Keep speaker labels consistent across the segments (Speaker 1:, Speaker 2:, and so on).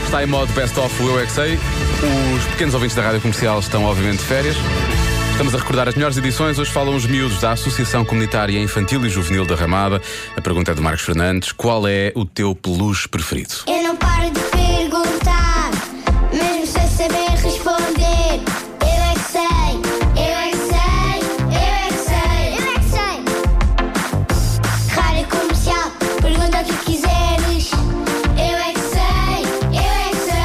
Speaker 1: Está em modo Best of o Eu é que Sei. Os pequenos ouvintes da Rádio Comercial estão obviamente de férias. Estamos a recordar as melhores edições. Hoje falam os miúdos da Associação Comunitária Infantil e Juvenil da Ramada. A pergunta é do Marcos Fernandes: qual é o teu peluche preferido?
Speaker 2: Eu não paro de perguntar, mesmo sem saber responder. Eu é que sei, eu é que sei, eu é que sei, eu é que sei. Rádio comercial, pergunta o que quiseres. Eu é que sei, eu é que sei,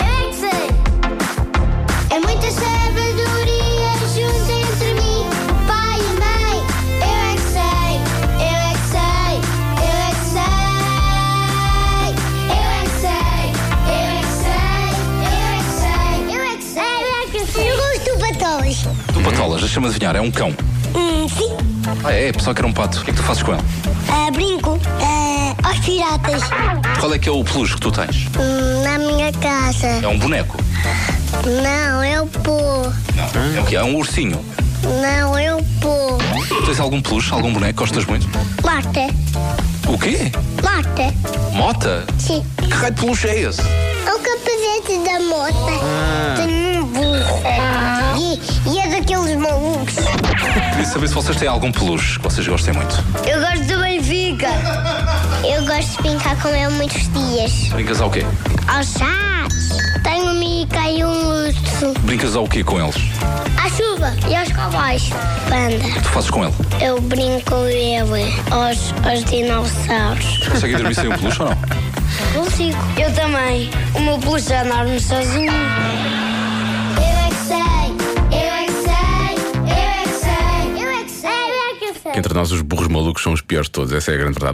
Speaker 2: eu é que sei. É muita sabedoria junta entre mim, o pai e a mãe. Eu é que sei, eu é que sei, eu é que sei. Eu é que sei, eu é que sei, eu é que sei. Eu é que sei, eu é que sei. Eu gosto de batons.
Speaker 3: Tu patolas, deixa-me adivinhar, é um cão.
Speaker 2: Hum, sim. eh,
Speaker 3: Ah, é, pessoal que era um pato. O que é que tu fazes com ele?
Speaker 2: brinco eh, aos piratas. Hum,
Speaker 3: Qual é que é o peluche que tu tens?
Speaker 2: na minha casa.
Speaker 3: É um boneco?
Speaker 2: Não, eu pô.
Speaker 3: Não. É o quê? É um ursinho.
Speaker 2: Não, eu pô.
Speaker 3: Tu tens algum peluche, algum boneco que gostas muito?
Speaker 2: Mata,
Speaker 3: O quê?
Speaker 2: mata,
Speaker 3: Mota?
Speaker 2: sim.
Speaker 3: Que raio de peluche é esse?
Speaker 2: É o capacete da moto. Tem um burro. E, e é daqueles malucos.
Speaker 3: Queria saber se vocês têm algum peluche que vocês gostem muito.
Speaker 2: Eu gosto do Benfica. Eu gosto de brincar com ele muitos dias.
Speaker 3: Brincas ao quê?
Speaker 2: Aos chás. Tenho um mica e um urso.
Speaker 3: Brincas ao quê com eles?
Speaker 2: À chuva e aos cowboys. Panda.
Speaker 3: é Tu fazes com ele?
Speaker 2: Eu brinco com ele aos, aos dinossauros.
Speaker 3: Consegue dormir sem um peluche ou não?
Speaker 2: Consigo. Eu também. O meu peluche é andar-me sozinho. Eu é que sei, eu é que sei, eu é que sei, eu é que sei, eu é que sei.
Speaker 1: Que entre nós, os burros malucos são os piores de todos. Essa é a grande verdade.